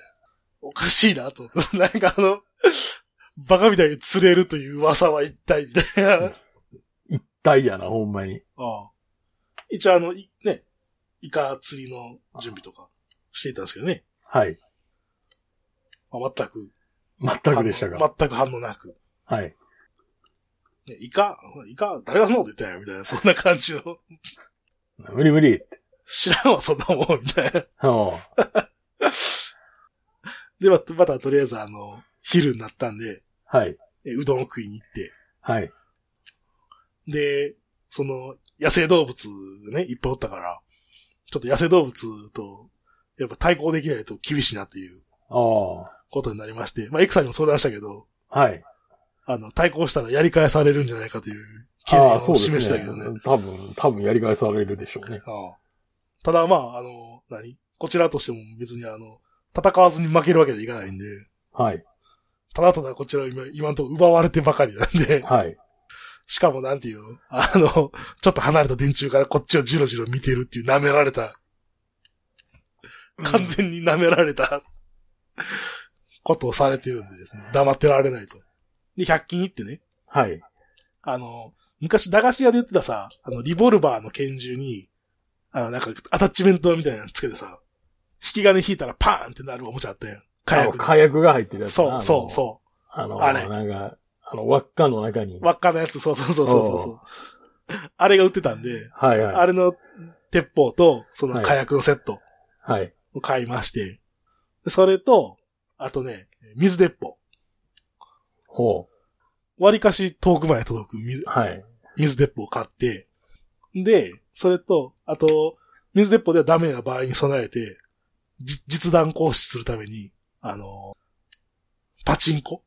おかしいな、と思 って。なんかあの、バカみたいに釣れるという噂は一体、みたいな。
一体やな、ほんまに。
ああ。一応あの、いね、イカ釣りの準備とかしていたんですけどね。
はい。
まあ、全く。
全くでしたが。
反応全く反応なく。
はい。
ね、イカ、イカ、誰がそんなこと言ったんやみたいな、そんな感じの。
無理無理って。
知らんわ、そんなもん、みたいな。
おー
で、また、またとりあえずあの、昼になったんで、
はい。
えうどんを食いに行って、
はい。
で、その、野生動物ね、いっぱいおったから、ちょっと野生動物と、やっぱ対抗できないと厳しいなっていう
おー。
ことになりまして、まあ、エクさんにも相談したけど、
はい。
あの、対抗したらやり返されるんじゃないかという懸念
あ
を
あ、そうですね。
示したけどね。
多分、多分やり返されるでしょうね。
ああただまあ、あの、何こちらとしても別にあの、戦わずに負けるわけにはいかないんで、
はい。
ただただこちらは今、今のところ奪われてばかりなんで、
はい。
しかもなんていうの、あの、ちょっと離れた電柱からこっちをじろじろ見てるっていう舐められた、完全に舐められた、ことをされてるんでですね、黙ってられないと。で、100均行ってね、
はい。
あの、昔駄菓子屋で売ってたさ、あの、リボルバーの拳銃に、あの、なんか、アタッチメントみたいなのつけてさ、引き金引いたらパーンってなるおもちゃあったやん。火
あの
薬の。
火薬が入ってるやつ
そう、そう、
う。
そ
あの、
あれ
なんか、あの、輪っかの中に
う。。輪っかのやつ、そうそうそうそうそうそう。あれが売ってたんで、
はいは
あ
い。
れの鉄砲と、その火薬のセット
はい。
を買いまして、でそれと、あとね、水鉄砲。
ほ
割かし遠くまで届く水
う。、はい。
水鉄砲を買って、で、それと、あと、水鉄砲ではダメな場合に備えて、じ実弾行使するために、あの、パチンコ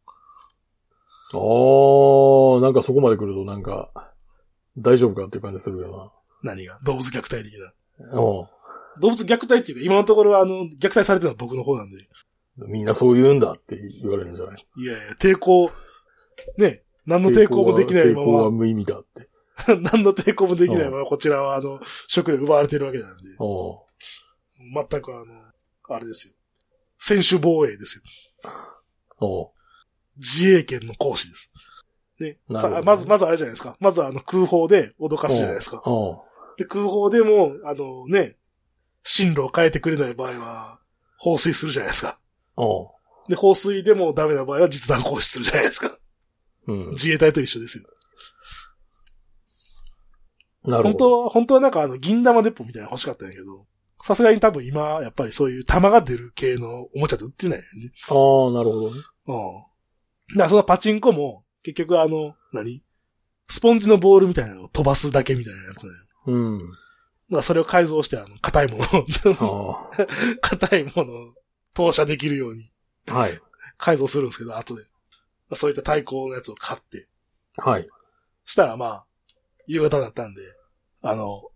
おー、なんかそこまで来るとなんか、大丈夫かっていう感じするよ
何が動物虐待的な。
な。おう
動物虐待っていうか、今のところは、あの、虐待されてるのは僕の方なんで、
みんなそう言うんだって言われるんじゃない
いやいや、抵抗、ね、何の抵抗もできない
抵
ま
抗は
ま、
無意味だって。
何の抵抗もできないまま、こちらは、あの、食料奪われてるわけなんで、
おう
全くあの、あれですよ。選手防衛ですよ。
おう
自衛権の行使です。ね。
なるほど
さ
ね
まず、まずあれじゃないですか。まずはあの空砲で脅かすじゃないですか。
おう
で、空砲でも、あのね、進路を変えてくれない場合は、放水するじゃないですか。
おう
で、放水でもダメな場合は実弾行使するじゃないです か。
うん。
自衛隊と一緒ですよ。
なる
本
ほど。
当は、本当はなんかあの、銀玉鉄砲みたいなの欲しかったんやけど、さすがに多分今、やっぱりそういう弾が出る系のおもちゃって売ってないよね。
ああ、なるほどね。
うん。だからそのパチンコも、結局あの、何スポンジのボールみたいなのを飛ばすだけみたいなやつだよ
うん。
まあ、それを改造して、あの、硬いも
あ
の、
あ。
硬いものを投射できるように
はい。
改造するんですけど、後で。まあそういった対抗のやつを買って。
はい。
したらまあ、夕方だったんで、あの、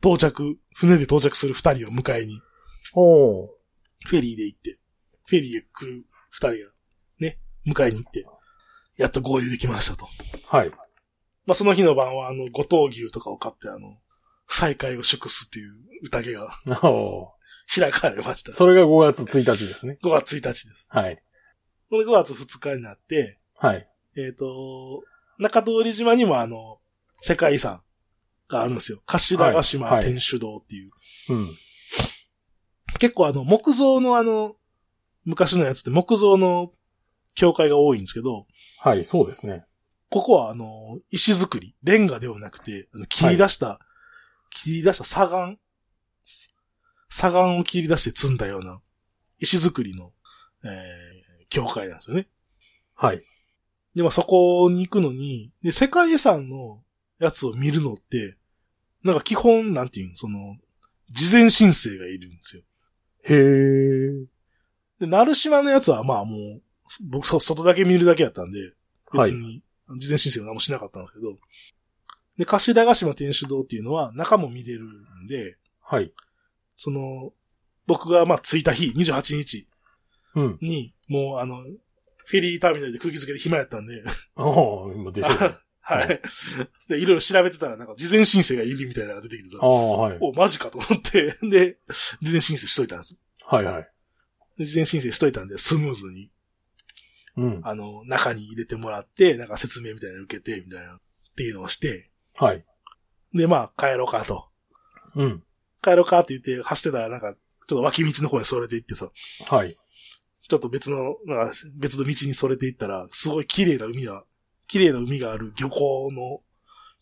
到着、船で到着する二人を迎えに、
おう
フェリーで行って、フェリーで来る二人が、ね、迎えに行って、やっと合流できましたと。
はい。
まあ、その日の晩は、あの、五島牛とかを買って、あの、再会を祝すっていう宴が
お
開かれました
う。それが5月1日ですね。
5月1日です。
はい。
これ5月2日になって、
はい。
えっ、と、中通島にもあの、世界遺産があるんですよ。頭ヶ島
はいはい
天主堂っていう。
うん。
結構あの、木造のあの、昔のやつって木造の教会が多いんですけど、
はい、そうですね。
ここはあの、石造り、レンガではなくて、あの切り出した切り出した砂岩砂岩を切り出して積んだような、石造りの、えー、教会なんですよね。
はい。
で、まあ、そこに行くのに、で、世界遺産のやつを見るのって、なんか基本、なんていうの、その、事前申請がいるんですよ。
へえ。
で、鳴島のやつはまあもう、僕、そ外だけ見るだけやったんで、
は
別
い。
に、事前申請は何もしなかったんですけど、で、頭ヶ島天主堂っていうのは中も見れるんで、
はい。
その、僕がまあ着いた日、28日
うん。
に、もうあの、フェリーターミナルで空気付けで暇やったんで、
ああ、今でしょうね。
はい。 で、いろいろ調べてたら、なんか事前申請がいるみたいなのが出てきてた
あ。あ、はい。
お、マジかと思って、 で、事前申請しといたんです。
はいはい。
で事前申請しといたんで、スムーズに、
うん。
あの、中に入れてもらって、なんか説明みたいなの受けて、みたいな、っていうのをして、
はい。
で、まあ、帰ろうかと。
うん。
帰ろうかって言って走ってたら、なんか、ちょっと脇道の方にそれていってさ、
はい。
ちょっと別の、なんか別の道にそれていったら、すごい綺麗な海が、綺麗な海がある漁港の、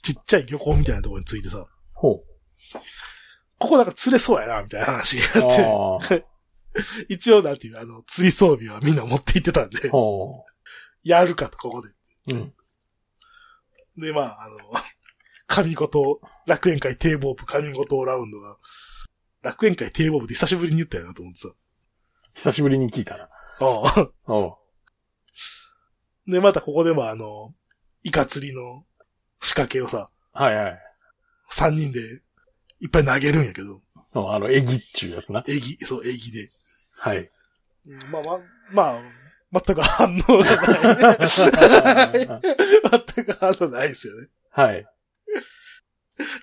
ちっちゃい漁港みたいなところについてさ、
ほう。
ここなんか釣れそうやな、みたいな話に
あ
なって、
あ、
一応なんていう、あの、釣り装備はみんな持って行ってたんで、
ほ
やるかと、ここで。
う。うん。
で、まあ、あの、 神事、楽園会堤防部、神事ラウンドが、楽園会堤防部って久しぶりに言ったよなと思ってさ。
久しぶりに聞いたな。
ああ
ああ。
で、またここでもあの、イカ釣りの仕掛けをさ、
はいはい。
三人でいっぱい投げるんやけど、
うんあの、えぎっちゅうやつな。
えぎ、そう、えぎで。
はい。
まあ、ま、まあ、全く反応がない。 全く反応ないですよね。
はい。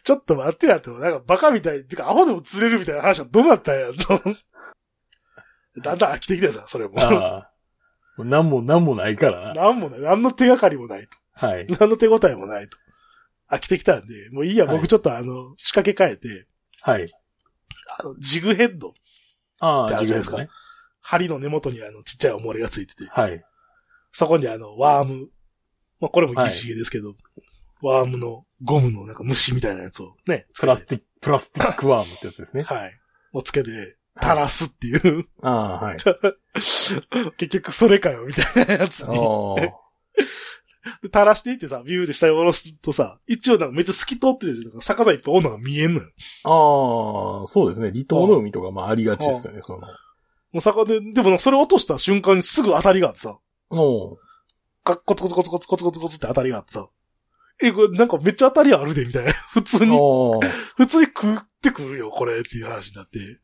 ちょっと待ってやと、なんかバカみたい、てかアホでも釣れるみたいな話はどうなったんや と。だんだん飽きてきたよさ、それも。
ああ。もうなんも、なんもないからな。
なんもない、なんの手がかりもないと。
はい。
なんの手応えもないと。飽きてきたんで、もういいや、
はい
僕ちょっとあの、仕掛け変えて、
はい。
あの、ジグヘッド、
あ
って
あ、
ある
自
じゃない
分で
ですすか
ね。
針の根元にあの、ちっちゃい重りがついてて、
はい。
そこにあの、ワーム、まあ、これも疑似ゲですけど、ワームのゴムのなんか虫みたいなやつをね、つ
プ
け
ラ
て、
スティック、プラスティックワームってやつですね。
はい、をつけて、垂らすっていう、
ああ、はい。
結局それかよ、みたいなやつ
あ
に。
あ。
で垂らしていってさ、ビューで下に下ろすとさ、一応なんかめっちゃ透き通ってるじゃん。なんか魚いっぱいおんのが見えんのよ。
ああ、そうですね。離島の海とか、まあ、ありがちですよね、その。
もう魚で、でもなんかそれ落とした瞬間にすぐ当たりがあってさ、
おう
カッコツコツコツコツコツコツコツって当たりがあってさ、え、これなんかめっちゃ当たりあるで、みたいな。 普通に、
あ
普通に食ってくるよ、これっていう話になって。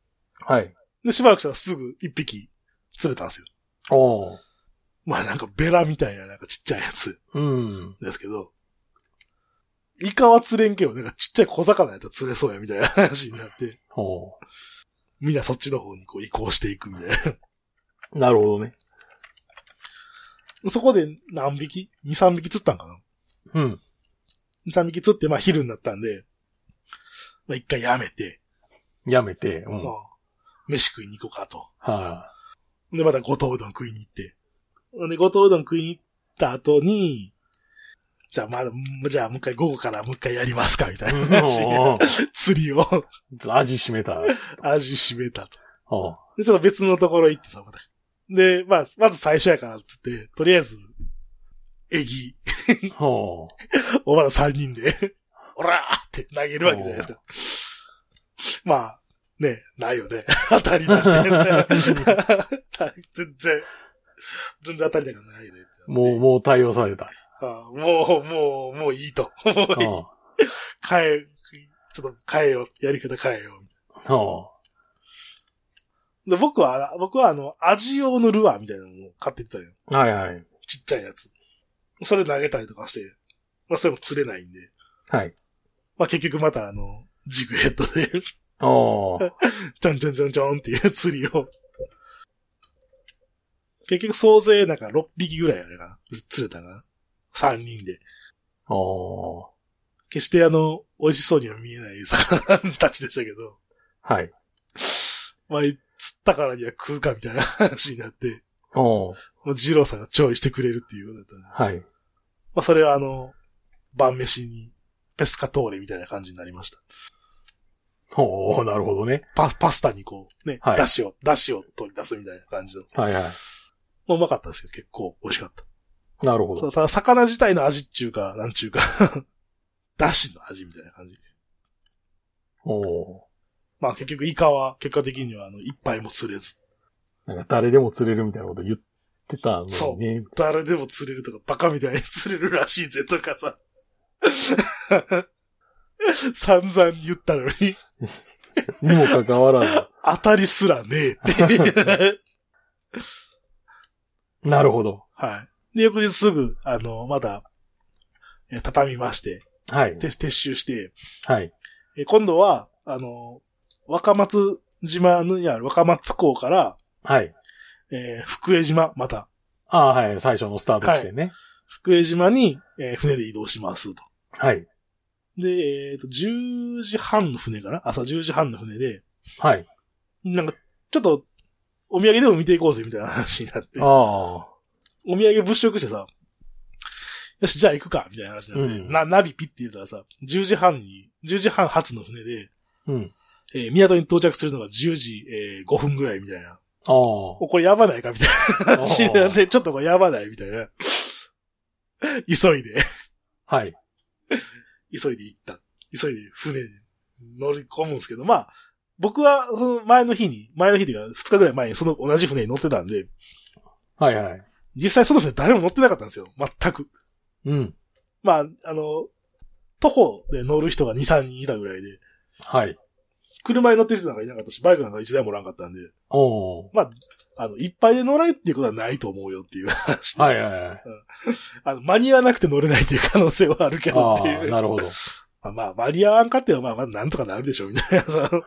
あ。はい。
で、しばらくしたらすぐ一匹釣れたんですよ。
おう
まあなんかベラみたいななんかちっちゃいやつ
うん。
ですけど、イカは釣れんけど、なんかちっちゃい小魚やったら釣れそうや、みたいな話になって、
おう
みんなそっちの方にこう移行していくみたいな。
なるほどね。
そこで何匹 ?2、3匹釣ったんかな
うん。
?2、3匹釣って、まあ昼になったんで、まあ一回やめて、
やめて、うん。
まあ
は、
飯食いに行こうかと。
あ。
で、また五島うどん食いに行って。で、五島うどん食いに行った後に、じゃあまだ、じゃあもう一回午後からもう一回やりますか、みたいな話で
おう
釣りを
ちょっと味しめた。
味しめたと。
おう
で、ちょっと別のところ行ってさ、また。で、まあ、まず最初やからっつって、とりあえず、エギ
おう
おばら三人で、 おらーって投げるわけじゃないですか。まあ、ね、ないよね。 当たりなんて。 全然、全然当たりだからないよねって
もう、もう対応された。
あもう、もう、もういいと。もういい。
お
変え、ちょっと変えよう。やり方変えよ
うお
う。で僕は、僕はあの、味用のルアーみたいなのを買ってきたよ。
うはいはい。
ちっちゃいやつ。それ投げたりとかして、まあそれも釣れないんで。
はい。
まあ結局またあの、ジグヘッドで
おう
ちょんちょんちょんちょんっていう釣りを。結局総勢なんか6匹ぐらいあれかな。釣れたかな。3人で。
おう
決してあの、美味しそうには見えない魚たちでしたけど、
はい。
まあ、釣ったからには食うかみたいな話になって、
おう
もう二郎さんが調理してくれるっていうことだったんで
はい。
まあ、それはあの、晩飯に、ペスカトーレみたいな感じになりました。
おー、なるほどね。
パパスタにこう、ね、
はい
だしを、だしを取り出すみたいな感じの。
はいは
まあうまかったですけど、結構美味しかった。
い。なるほ
そ
ど
う。ただ、魚自体の味っちゅうか、なんちゅうか、 だしの味みたいな感じ。
お
まあ結局、イカは結果的には、あの、一杯も釣れず。
ー。なんか誰でも釣れるみたいなこと言ってたの
そ
にね。
誰でも釣れるとか、バカみたいに 釣れるらしいぜとかさ。 散々言ったのに、
にもかかわらず。
当たりすらねえって いう。
なるほど。
はい。で、翌日すぐ、あの、まだ、え畳みまして、
はい。
て撤収して、
はい。
え今度は、あの、若松島にある若松港から、
はい。
えー福江島、また、
ああ、はい。最初のスタート地点ね。
福江島に、えー船で移動しますと。
はい。
で、えっ、と、10時半の船かな朝10時半の船で、
はい。
なんか、ちょっと、お土産でも見ていこうぜ、みたいな話になって。
ああ。
お土産物色してさ、よし、じゃあ行くか、みたいな話になって、
うん
な、ナビピッて入れたらさ、10時半に、10時半発の船で、
うん。
えー港に到着するのが10時、えー5分ぐらいみたいな。
ああ。
お、これやばないかみたいな話になって、ちょっとこれやばないみたいな。急いで、
はい。
急いで行った。急いで船に乗り込むんですけど、まあ、僕はその前の日に、前の日というか2日ぐらい前にその同じ船に乗ってたんで、
はいはい。
実際その船誰も乗ってなかったんですよ。全く。
うん。
まあ、あの、徒歩で乗る人が2、3人いたぐらいで、
はい。
車に乗ってる人なんかいなかったし、バイクなんか1台もおらんかったんで、
おお。
あの、いっぱいで乗らないっていうことはないと思うよっていう話で、
はいはいはい。
あの、間に合わなくて乗れないっていう可能性はあるけど
あ
って
あ、
いう。
なるほど。
まあ、まあ、間に合わんかっては、まあ、まあ、なんとかなるでしょう、みたいな さ。ま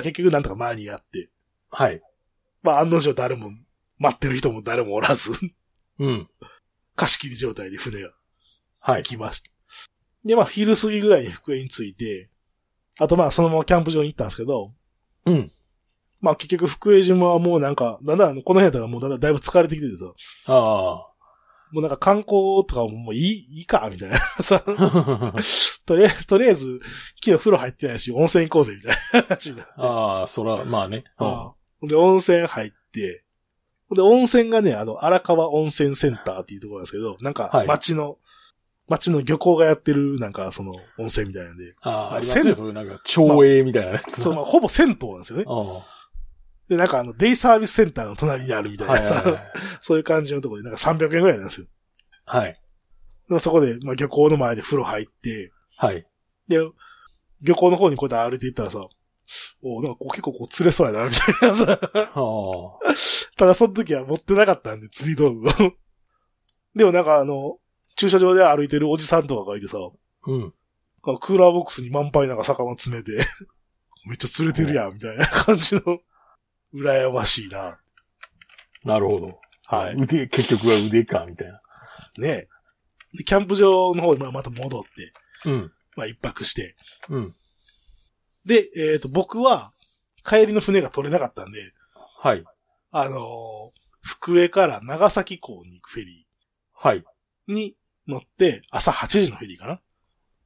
あ、結局なんとか間に合って、
はい。
まあ、案の定誰も、待ってる人も誰もおらず、
うん。
貸し切り状態で船が
はい
行。きました。で、まあ、昼過ぎぐらいに福江に着いて、あとまあ、そのままキャンプ場に行ったんですけど、
うん。
まあ、結局福江島はもうなんか、だんだんあの、この辺だからもうだんだんだいぶ疲れてきててさ、も
あ
うなんか観光とかももういい、いいか、みたいな さ、
あ。
とりあえず、とりあえず、昨日風呂入ってないし、温泉行こうぜ、みたいな話になって。
ああ、そら、まあね。うん
ほんで、温泉入って、ほんで、温泉がね、あの、荒川温泉センターっていうところなんですけど、なん
は
か、
い
町の、町の漁港がやってる、なんか、その、温泉みたいなんで、
ああ、ありま
せ
す
ん
ね。そういうなんか、町営みたいなやつ。
そう、まあ、ほぼ銭湯なんですよね。
ああ。は
で、なんか、あの、デイサービスセンターの隣にあるみた
い
いな
はい
さ、
はい。
そういう感じのところで、なんか300円ぐらいなんですよ。
はい。
でもそこで、まあ、漁港の前で風呂入って、
はい。
で、漁港の方にこうやって歩いていったらさ、おなんかこう結構こう釣れそうやな、みたいなさ、
ああ。
ただその時は持ってなかったんで、釣り道具を。 でもなんかあの、駐車場で歩いてるおじさんとかがいてさ、
うん。
クーラーボックスに満杯なんか魚詰めて、 めっちゃ釣れてるやん、みたいな感じの、羨ましいな。
なるほど。
はい。
腕、結局は腕か、みたいな。
ねえでキャンプ場の方にまあまた戻って、
うん。
まあ一泊して。
うん。
で、えっ、と、僕は、帰りの船が取れなかったんで、
はい。
あのー福江から長崎港に行くフェリ
はい。
ーに乗って、朝8時のフェリーかな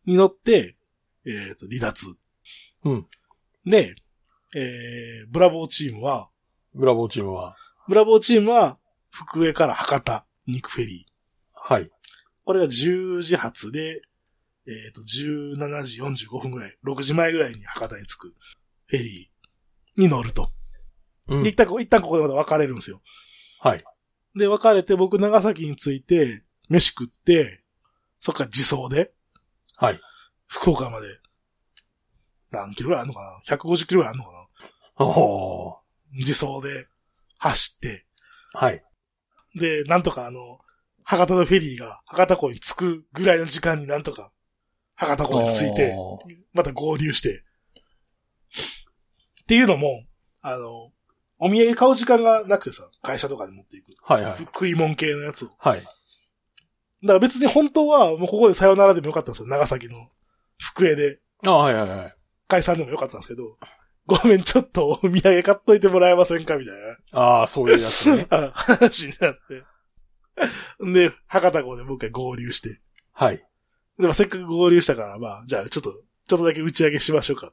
に乗って、えっ、と、離脱。
うん。
で、えー、ブラボーチームは、
ブラボーチームは、
ブラボーチームは、福江から博多に行くフェリー。
はい。
これが10時発で、えっ、と、17時45分ぐらい、6時前ぐらいに博多に着くフェリーに乗ると。
う
で、
ん。
一旦こ、一旦ここでまた別れるんですよ。
はい。
で、別れて僕長崎に着いて、飯食って、そっから自走で、
はい。
福岡まで、何キロぐらいあんのかな ?150 キロぐらいあんのかな
おお。
自走で走って、
はい。
で、なんとかあの、博多のフェリーが博多港に着くぐらいの時間になんとか、博多港に着いて、
おー
また合流して。っていうのも、あの、お土産買う時間がなくてさ、会社とかで持っていく。
はいはい。
食い物系のやつを。だ
はい。
から別に本当はもうここでさよならでもよかったんですよ。長崎の福江で
ああ、はいはいはい。
解散でもよかったんですけど、ごめんちょっとお土産買っといてもらえませんかみたいな。
ああ、そういうや つね。
あ話になって。んで、博多港でもう一回合流して。
はい。
でもせっかく合流したから、まあ、じゃあちょっと、ちょっとだけ打ち上げしましょうか。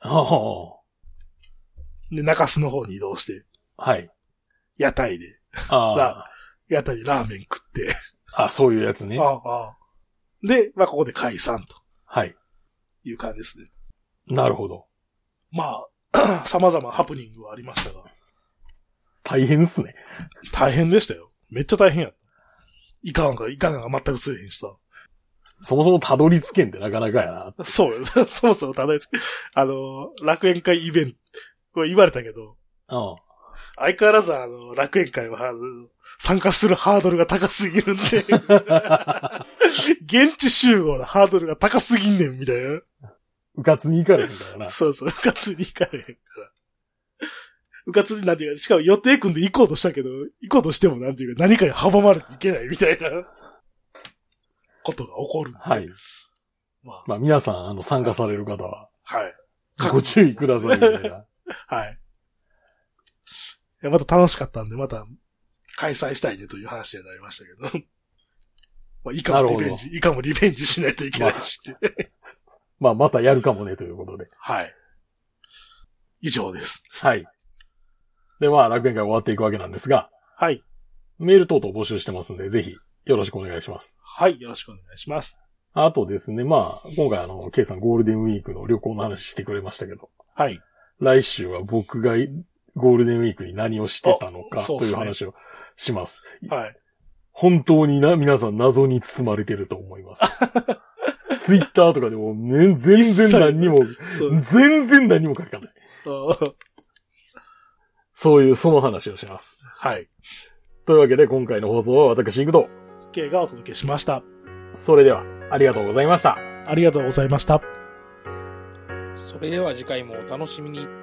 ああ、
で、中洲の方に移動して、
はい。
屋台で、
あ
ラ屋台でラーメン食って、
あ、あそういうやつね
あ。あああで、まあ、ここで解散と
はい。
いう感じですね。
なるほど。
まあ、 様々ハプニングはありましたが、
大変っすね。
大変でしたよ。めっちゃ大変やった。いかんか、いかなんか全く釣れへんしさ。
そもそもたどり着けんってなかなかやな。
そうよ。 そもそもただいつ、あの、楽園会イベント、これ言われたけど、
うん。
相変わらずあの、楽園会は、あの参加するハードルが高すぎるんで、現地集合のハードルが高すぎんねん、みたいな。
うかつに行かれへんから な。
そうそう、うかつに行かれへんから。うかつになんていうか、しかも予定組んで行こうとしたけど、行こうとしてもなんていうか、何かに阻まれていけないみたいな、ことが起こる。
はい。
まあ、
まあ皆さん、あの、参加される方は、
はい。
ご注意くださいみた いな。
はい。いやまた楽しかったんで、また、開催したいねという話になりましたけど。まあ、いかもリベンジ、いかもリベンジしないといけないしって。
まあまたやるかもね、ということで。
はい。以上です。
はい。で、まあ楽園会終わっていくわけなんですが、
はい。
メール等々募集してますんで、ぜひ、よろしくお願いします。
はい、よろしくお願いします。
あとですね、まあ、今回あの、ケイさんゴールデンウィークの旅行の話してくれましたけど、
はい。
来週は僕がゴールデンウィークに何をしてたのか
あそう
と
っ
い
す
う
ね
話をします。
はい。
本当にな、皆さん謎に包まれてると思います。ツイッターとかでも、ね、全然何にも、
そう。
全然何も書かない。そういう、その話をします。
はい。
というわけで今回の放送は私行くと。
K がお届けしました。
それでは、ありがとうございました。
ありがとうございました。
それでは次回もお楽しみに。